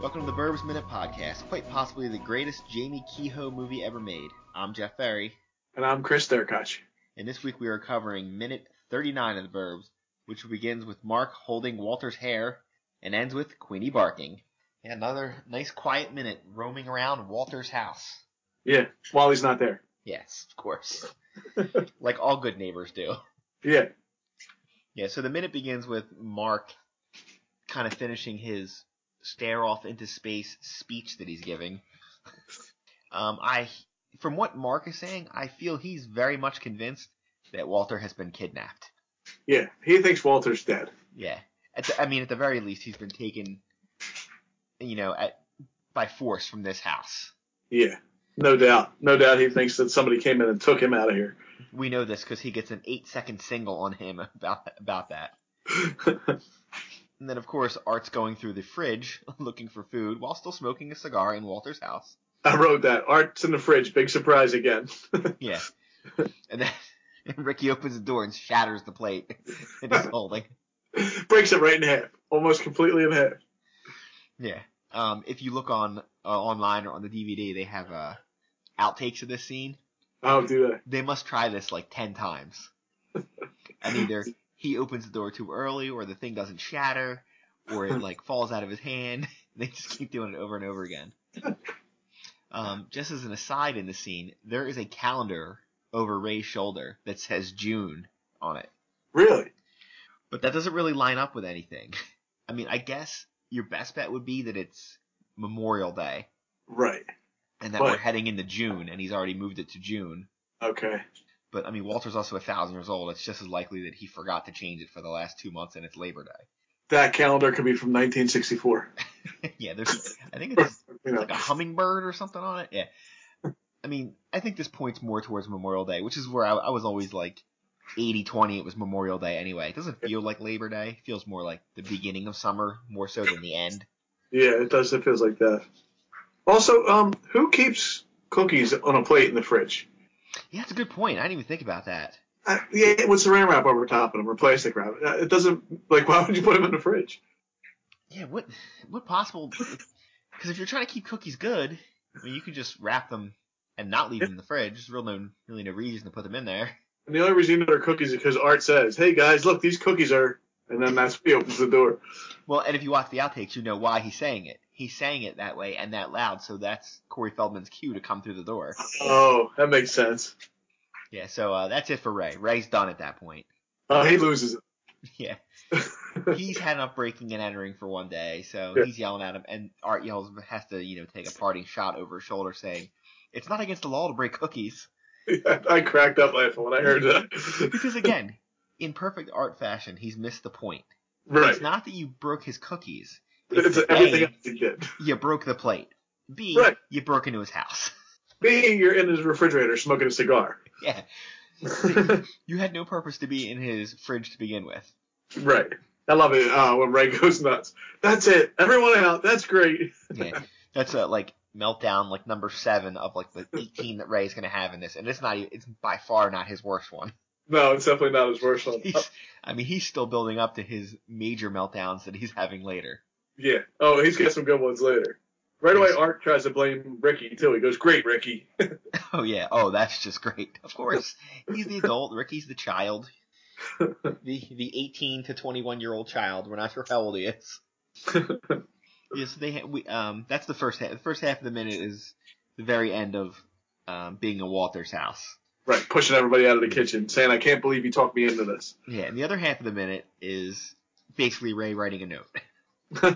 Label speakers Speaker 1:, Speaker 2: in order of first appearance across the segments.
Speaker 1: Welcome to the Burbs Minute Podcast, quite possibly the greatest Jamie Kehoe movie ever made. I'm Jeff Ferry,
Speaker 2: And I'm Chris Derkach.
Speaker 1: and this week we are covering minute 39 of the Burbs, which begins with Mark holding Walter's hair and ends with Queenie barking. Yeah, another nice quiet minute roaming around Walter's house.
Speaker 2: Yeah, while he's not there.
Speaker 1: Yes, of course. like all good neighbors do.
Speaker 2: Yeah,
Speaker 1: Yeah, so the minute begins with Mark kind of finishing his stare off into space speech that he's giving. Um, I, from what Mark is saying, I feel he's very much convinced that Walter has been kidnapped.
Speaker 2: yeah. He thinks Walter's dead.
Speaker 1: Yeah, at the, I mean, at the very least, he's been taken, you know, at by force from this house.
Speaker 2: Yeah, no doubt. No doubt he thinks that somebody came in and took him out of here.
Speaker 1: We know this because he gets an eight-second single on him about about that. And then, of course, Art's going through the fridge looking for food while still smoking a cigar in Walter's house.
Speaker 2: I wrote that. Art's in the fridge. Big surprise again.
Speaker 1: Yeah. And then and Ricky opens the door and shatters the plate it is holding.
Speaker 2: Breaks it right in half. Almost completely in half.
Speaker 1: Yeah. Um, if you look on uh, online or on the DVD, they have uh, outtakes of this scene.
Speaker 2: I'll do that.
Speaker 1: They must try this like ten times, and either he opens the door too early, or the thing doesn't shatter, or it like falls out of his hand. They just keep doing it over and over again. Um, just as an aside in the scene, there is a calendar over Ray's shoulder that says June on it.
Speaker 2: Really?
Speaker 1: But that doesn't really line up with anything. I mean, I guess your best bet would be that it's Memorial Day
Speaker 2: Right.
Speaker 1: and that
Speaker 2: Right.
Speaker 1: we're heading into June and he's already moved it to June.
Speaker 2: Okay.
Speaker 1: But I mean, Walter's also a thousand years old. It's just as likely that he forgot to change it for the last two months and it's Labor Day.
Speaker 2: That calendar could be from 1964.
Speaker 1: yeah, there's, I think
Speaker 2: you
Speaker 1: it's
Speaker 2: know.
Speaker 1: like a hummingbird or something on it. Yeah. I mean, I think this points more towards Memorial Day, which is where I, I was always like 80 20, it was Memorial Day anyway. It doesn't feel like Labor Day. It feels more like the beginning of summer, more so than the end.
Speaker 2: Yeah, it does. It feels like that. Also, um, who keeps cookies on a plate in the fridge?
Speaker 1: Yeah, that's a good point. I didn't even think about that.
Speaker 2: Uh, yeah, with saran wrap over top of them or plastic wrap. Uh, It doesn't like why would you put them in the fridge?
Speaker 1: Yeah, what what possible? Because if you're trying to keep cookies good, I mean, you could just wrap them and not leave them in the fridge. There's real no really no reason to put them in there.
Speaker 2: And the only reason you know they're cookies is because Art says, "Hey guys, look, these cookies are," and then that's he opens the door.
Speaker 1: Well, and if you watch the outtakes, you know why he's saying it. He's saying it that way and that loud, so that's Corey Feldman's cue to come through the door.
Speaker 2: Oh, that makes sense.
Speaker 1: Yeah, so uh, that's it for Ray. Ray's done at that point.
Speaker 2: Oh, he loses it.
Speaker 1: Yeah. he's had enough breaking and entering for one day, so
Speaker 2: Yeah.
Speaker 1: he's yelling at him, and Art yells, has to, you know, take a parting shot over his shoulder, saying, It's not against the law to break cookies.
Speaker 2: I cracked up laughing when I heard that.
Speaker 1: Because again, in perfect art fashion, he's missed the point.
Speaker 2: right.
Speaker 1: It's not that you broke his cookies.
Speaker 2: It's
Speaker 1: that
Speaker 2: everything
Speaker 1: A,
Speaker 2: else he did.
Speaker 1: you broke the plate. B,
Speaker 2: Right.
Speaker 1: you broke into his house.
Speaker 2: B, you're in his refrigerator smoking a cigar.
Speaker 1: yeah. You had no purpose to be in his fridge to begin with.
Speaker 2: right. I love it uh, when Ray goes nuts. That's it. Everyone out. That's great.
Speaker 1: Yeah. That's a like meltdown like number seven of like the eighteen that Ray's gonna have in this, and it's not e- it's by far not his worst one.
Speaker 2: No, it's definitely not his worst one.
Speaker 1: He's, I mean, he's still building up to his major meltdowns that he's having later.
Speaker 2: Yeah. Oh, he's got some good ones later. Right away, Art tries to blame Ricky too. He goes, "Great, Ricky."
Speaker 1: Oh yeah. Oh, that's just great. Of course, he's the adult. Ricky's the child. The the eighteen to twenty one year old child. We're not sure how old he is. Yes, they ha- we um. That's the first half. The first half of the minute is the very end of um being a Walter's house.
Speaker 2: right, pushing everybody out of the kitchen, saying, "I can't believe you talked me into this."
Speaker 1: Yeah, and the other half of the minute is basically Ray writing a note.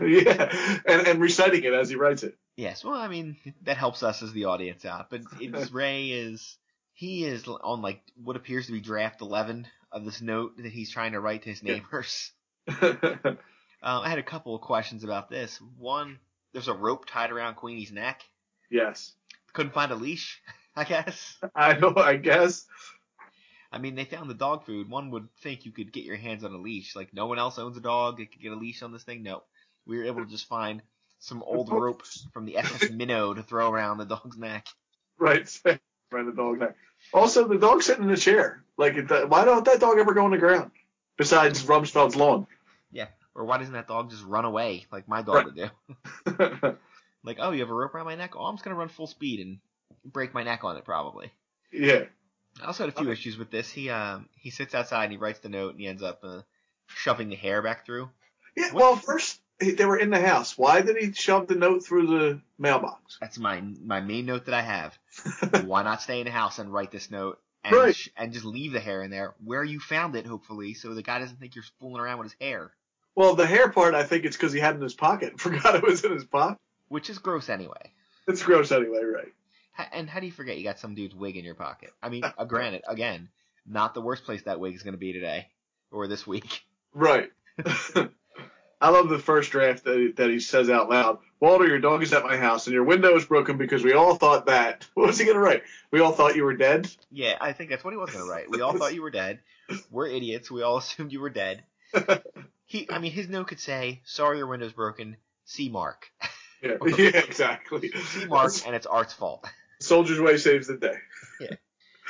Speaker 2: yeah, and, and reciting it as he writes it.
Speaker 1: Yes, well, I mean that helps us as the audience out, but it's Ray is he is on like what appears to be draft eleven of this note that he's trying to write to his
Speaker 2: Yeah.
Speaker 1: neighbors. Um, I had a couple of questions about this. One, there's a rope tied around Queenie's neck.
Speaker 2: yes,
Speaker 1: Couldn't find a leash, I guess.
Speaker 2: I know. I guess.
Speaker 1: I mean, they found the dog food. One would think you could get your hands on a leash. Like no one else owns a dog that could get a leash on this thing. No, we were able to just find some old rope from the SS Minnow to throw around the dog's neck.
Speaker 2: Right, right. The dog there. Also, the dog's sitting in a chair. Like, it- why don't that dog ever go on the ground? Besides Rumsfeld's lawn.
Speaker 1: Or why doesn't that dog just run away like my dog
Speaker 2: Right.
Speaker 1: would do? Like, oh, you have a rope around my neck? Oh, I'm just gonna run full speed and break my neck on it probably.
Speaker 2: yeah.
Speaker 1: I also had a few
Speaker 2: Okay.
Speaker 1: issues with this. He um he sits outside and he writes the note and he ends up uh, shoving the hair back through.
Speaker 2: Yeah.
Speaker 1: What-
Speaker 2: Well, first he- they were in the house. Why did he shove the note through the mailbox?
Speaker 1: That's my my main note that I have. Why not stay in the house and write this note and
Speaker 2: Right.
Speaker 1: sh- and just leave the hair in there where you found it, hopefully, so the guy doesn't think you're fooling around with his hair,
Speaker 2: Well, the hair part, I think it's because he had it in his pocket and forgot it was in his pocket.
Speaker 1: which is gross anyway.
Speaker 2: It's gross anyway, right?
Speaker 1: H- and how do you forget you got some dude's wig in your pocket? I mean, uh, granted, again, not the worst place that wig's gonna be today or this week.
Speaker 2: Right. I love the first draft that he, that he says out loud. Walter, your dog is at my house, and your window is broken because we all thought that. What was he gonna write? We all thought you were dead.
Speaker 1: Yeah, I think that's what he was gonna write. We all thought you were dead. We're idiots. We all assumed you were dead. He, I mean, his note could say, "Sorry, your window's broken. See Mark.
Speaker 2: Yeah, yeah exactly.
Speaker 1: See Mark, and it's Art's fault."
Speaker 2: Soldier's way saves the day.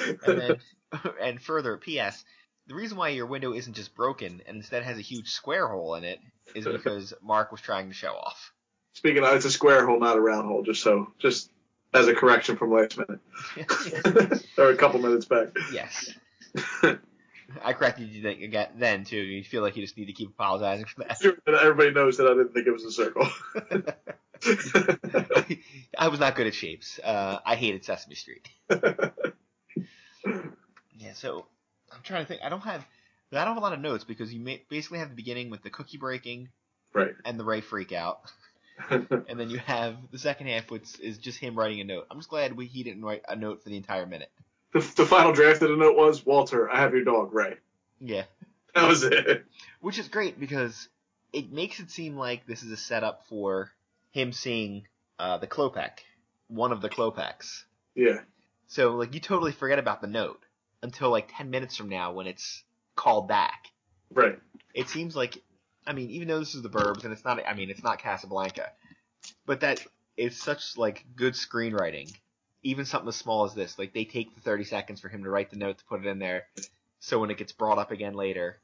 Speaker 1: And then, and further, P.S. The reason why your window isn't just broken and instead has a huge square hole in it is because Mark was trying to show off.
Speaker 2: Speaking of, it's a square hole, not a round hole. Just so, just as a correction from last minute or a couple minutes back.
Speaker 1: yes. I corrected you then, again, then too. You feel like you just need to keep apologizing for that.
Speaker 2: Sure, and everybody knows that I didn't think it was a circle.
Speaker 1: I was not good at shapes. Uh, I hated Sesame Street. yeah, so I'm trying to think. I don't have I don't have a lot of notes because you ma- basically have the beginning with the cookie breaking
Speaker 2: right.
Speaker 1: and the Ray freak out, and then you have the second half, which is just him writing a note. I'm just glad we he didn't write a note for the entire minute.
Speaker 2: The, the final draft of the note was Walter, I have your dog, Ray.
Speaker 1: Yeah,
Speaker 2: That was it.
Speaker 1: which is great because it makes it seem like this is a setup for him seeing uh, the Klopak, one of the Klopaks.
Speaker 2: Yeah.
Speaker 1: So like you totally forget about the note until like ten minutes from now when it's called back.
Speaker 2: Right.
Speaker 1: It seems like I mean, even though this is the Burbs and it's not I mean it's not Casablanca. But that is such like good screenwriting. Even something as small as this. Like they take the thirty seconds for him to write the note to put it in there so when it gets brought up again later,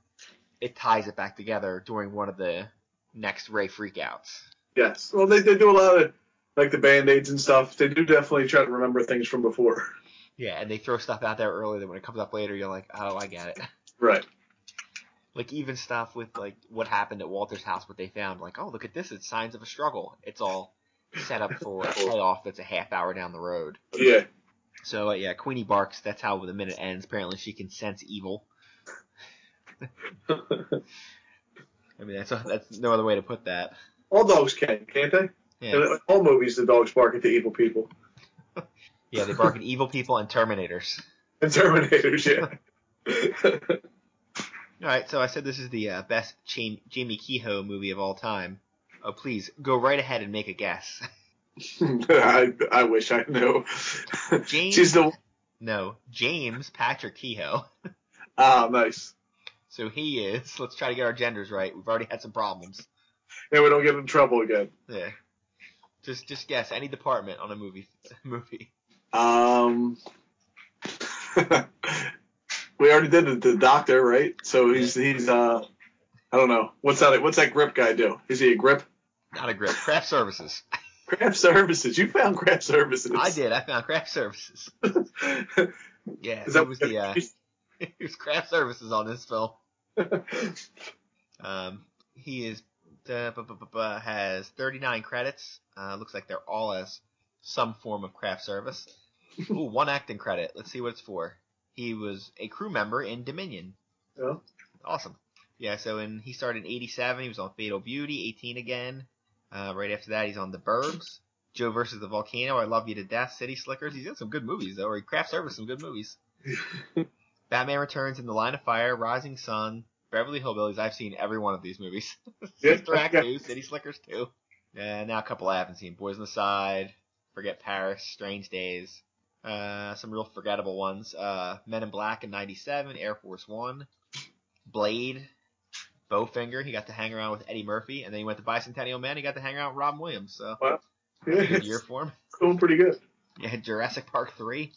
Speaker 1: it ties it back together during one of the next Ray freakouts.
Speaker 2: Yes. Well, they, they do a lot of like the band aids and stuff. They do definitely try to remember things from before.
Speaker 1: Yeah, and they throw stuff out there early that when it comes up later you're like, Oh, I get it.
Speaker 2: Right.
Speaker 1: like even stuff with like what happened at Walter's house, what they found, like, oh look at this, it's signs of a struggle. It's all set up for a payoff that's a half hour down the road.
Speaker 2: Yeah.
Speaker 1: So uh, yeah, Queenie barks. That's how the minute ends. Apparently, she can sense evil. I mean, that's that's no other way to put that.
Speaker 2: All dogs can, can't they?
Speaker 1: Yeah,
Speaker 2: In all movies, the dogs bark at the evil people.
Speaker 1: yeah, they bark at evil people and Terminators.
Speaker 2: And Terminators, yeah.
Speaker 1: All right, so I said this is the uh, best Jam- Jamie Kehoe movie of all time. Oh, please go right ahead and make a guess.
Speaker 2: I, I wish I knew.
Speaker 1: James,
Speaker 2: She's the.
Speaker 1: no, James Patrick Kehoe.
Speaker 2: Ah, nice.
Speaker 1: So he is. Let's try to get our genders right. We've already had some problems.
Speaker 2: Yeah, we don't get in trouble again.
Speaker 1: Yeah. Just just guess any department on a movie movie.
Speaker 2: Um, we already did the, the doctor, right? So he's he's uh, I don't know what's that what's that grip guy do? Is he a grip?
Speaker 1: Not a grip. Craft services.
Speaker 2: Craft services. You found craft services.
Speaker 1: I did. I found craft services.
Speaker 2: did.
Speaker 1: Yeah.
Speaker 2: Is that
Speaker 1: it was the uh, it was craft services on this film. Um, he is uh, bu- bu- bu- bu- has 39 credits. Uh, looks like they're all as some form of craft service. Ooh, one acting credit. Let's see what it's for. He was a crew member in Dominion.
Speaker 2: Yeah.
Speaker 1: Awesome. Yeah. So and he started in '87. He was on Fatal Beauty, 18 again. Uh, right after that, he's on The Burbs, Joe versus the Volcano, I Love You to Death, City Slickers. He's in some good movies though, or he craft service some good movies. Batman Returns, In the Line of Fire, Rising Sun, Beverly Hillbillies. I've seen every one of these movies. Sister Act
Speaker 2: Yeah.
Speaker 1: 2, City Slickers 2. And now a couple I haven't seen. Boys on the Side, Forget Paris, Strange Days. Uh, some real forgettable ones. Uh, Men in Black in 97, Air Force One, Blade, Bowfinger. He got to hang around with Eddie Murphy. And then he went to Bicentennial Man. He got to hang around with Robin Williams. So, good year
Speaker 2: Yeah,
Speaker 1: for him.
Speaker 2: doing pretty good.
Speaker 1: Yeah, Jurassic Park 3.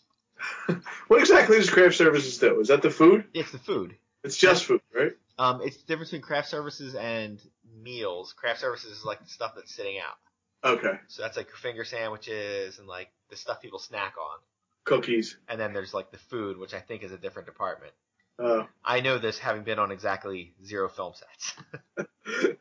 Speaker 2: What exactly does craft services do? Is that the food?
Speaker 1: It's the food.
Speaker 2: It's just food, right?
Speaker 1: Um, it's the difference between craft services and meals. Craft services is like the stuff that's sitting out.
Speaker 2: Okay.
Speaker 1: So that's like your finger sandwiches and like the stuff people snack on.
Speaker 2: Cookies.
Speaker 1: And then there's like the food, which I think is a different department.
Speaker 2: Uh,
Speaker 1: I know this having been on exactly zero film sets.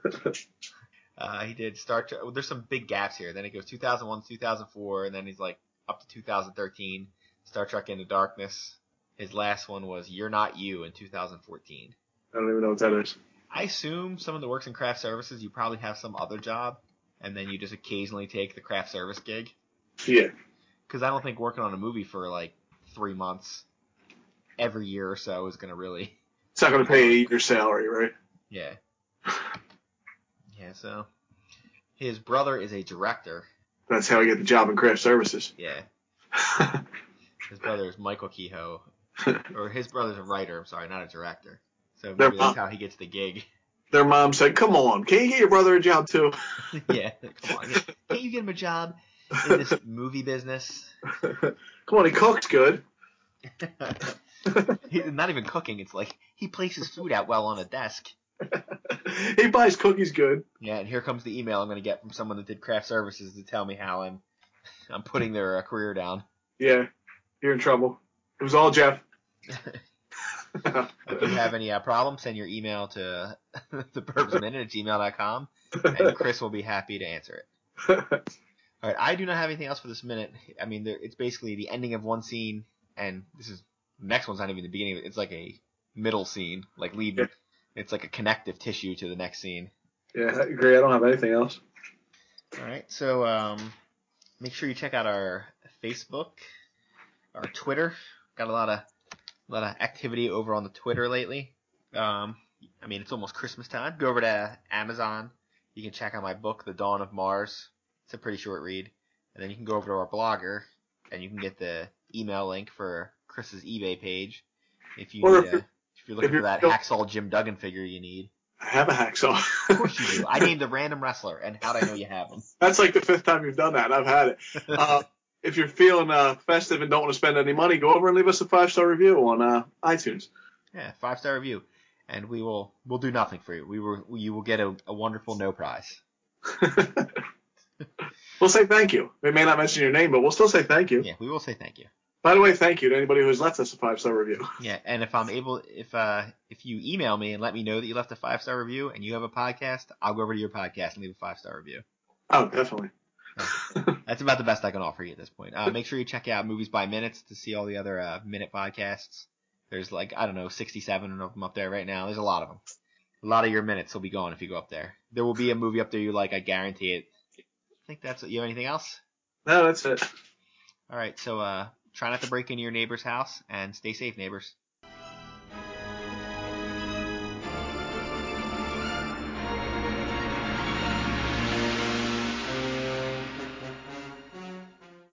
Speaker 1: uh, he did Star Trek. There's some big gaps here. Then it goes 2001 2004, and then he's like up to 2013. Star Trek Into Darkness. His last one was You're Not You in 2014.
Speaker 2: I don't even know what that is.
Speaker 1: I assume some of the works in craft services, you probably have some other job, and then you just occasionally take the craft service gig.
Speaker 2: Yeah.
Speaker 1: Because I don't think working on a movie for like three months every year or so is going to really.
Speaker 2: It's not going to pay your salary, right?
Speaker 1: Yeah. Yeah, so. His brother is a director.
Speaker 2: That's how I get the job in craft services.
Speaker 1: Yeah. His brother is Michael Kehoe. or his brother's a writer, I'm sorry, not a director. So
Speaker 2: Their
Speaker 1: maybe that's
Speaker 2: mom-
Speaker 1: how he gets the gig.
Speaker 2: Their mom said, "Come on, can you get your brother a job too?"
Speaker 1: yeah, come on. yeah. Can't you get him a job in this movie business?
Speaker 2: Come on, he cooks good.
Speaker 1: He- not even cooking. It's like he places food out well on a desk.
Speaker 2: he buys cookies good.
Speaker 1: Yeah, and here comes the email I'm going to get from someone that did craft services to tell me how I'm I'm putting their uh, career down.
Speaker 2: Yeah, you're in trouble. It was all Jeff.
Speaker 1: If you have any uh, problems, send your email to theburbsminute at gmail.com, and Chris will be happy to answer it. All right, I do not have anything else for this minute. I mean, there, it's basically the ending of one scene, and this is the next one's not even the beginning. of it. It's like a middle scene, like leading. It's like a connective tissue to the next scene.
Speaker 2: yeah, I agree. I don't have anything else.
Speaker 1: All right. So um, make sure you check out our Facebook, our Twitter. Got a lot of lot of activity over on the Twitter lately. Um, I mean, it's almost Christmas time. Go over to Amazon. You can check out my book, The Dawn of Mars. It's a pretty short read. And then you can go over to our blogger, and you can get the email link for Chris's eBay page. If you
Speaker 2: Or
Speaker 1: need
Speaker 2: if
Speaker 1: a,
Speaker 2: you're-
Speaker 1: if you're looking
Speaker 2: if you're
Speaker 1: for that
Speaker 2: still-
Speaker 1: hacksaw Jim Duggan figure you need,
Speaker 2: I have a hacksaw.
Speaker 1: of course you do. I named a random wrestler, and how'd I know you have him?
Speaker 2: That's like the fifth time you've done that. and I've had it. Uh, if you're feeling uh, festive and don't want to spend any money, go over and leave us a five star review on uh, iTunes.
Speaker 1: Yeah, five star review, and we will we'll do nothing for you. We will you will get a, a wonderful no prize.
Speaker 2: we'll say thank you. We may not mention your name, but we'll still say thank you.
Speaker 1: Yeah, we will say thank you.
Speaker 2: By the way, thank you to anybody who's left us a five star review.
Speaker 1: Yeah, and if I'm able, if uh if you email me and let me know that you left a five star review and you have a podcast, I'll go over to your podcast and leave a five star review.
Speaker 2: Oh, definitely.
Speaker 1: That's about the best I can offer you at this point. Uh, make sure you check out Movies by Minutes to see all the other uh, minute podcasts. There's like I don't know, 67 of them up there right now. There's a lot of them. A lot of your minutes will be gone if you go up there. There will be a movie up there you like. I guarantee it. I think that's it. You have anything else?
Speaker 2: No, that's it.
Speaker 1: All right, so uh, try not to break into your neighbor's house and stay safe, neighbors.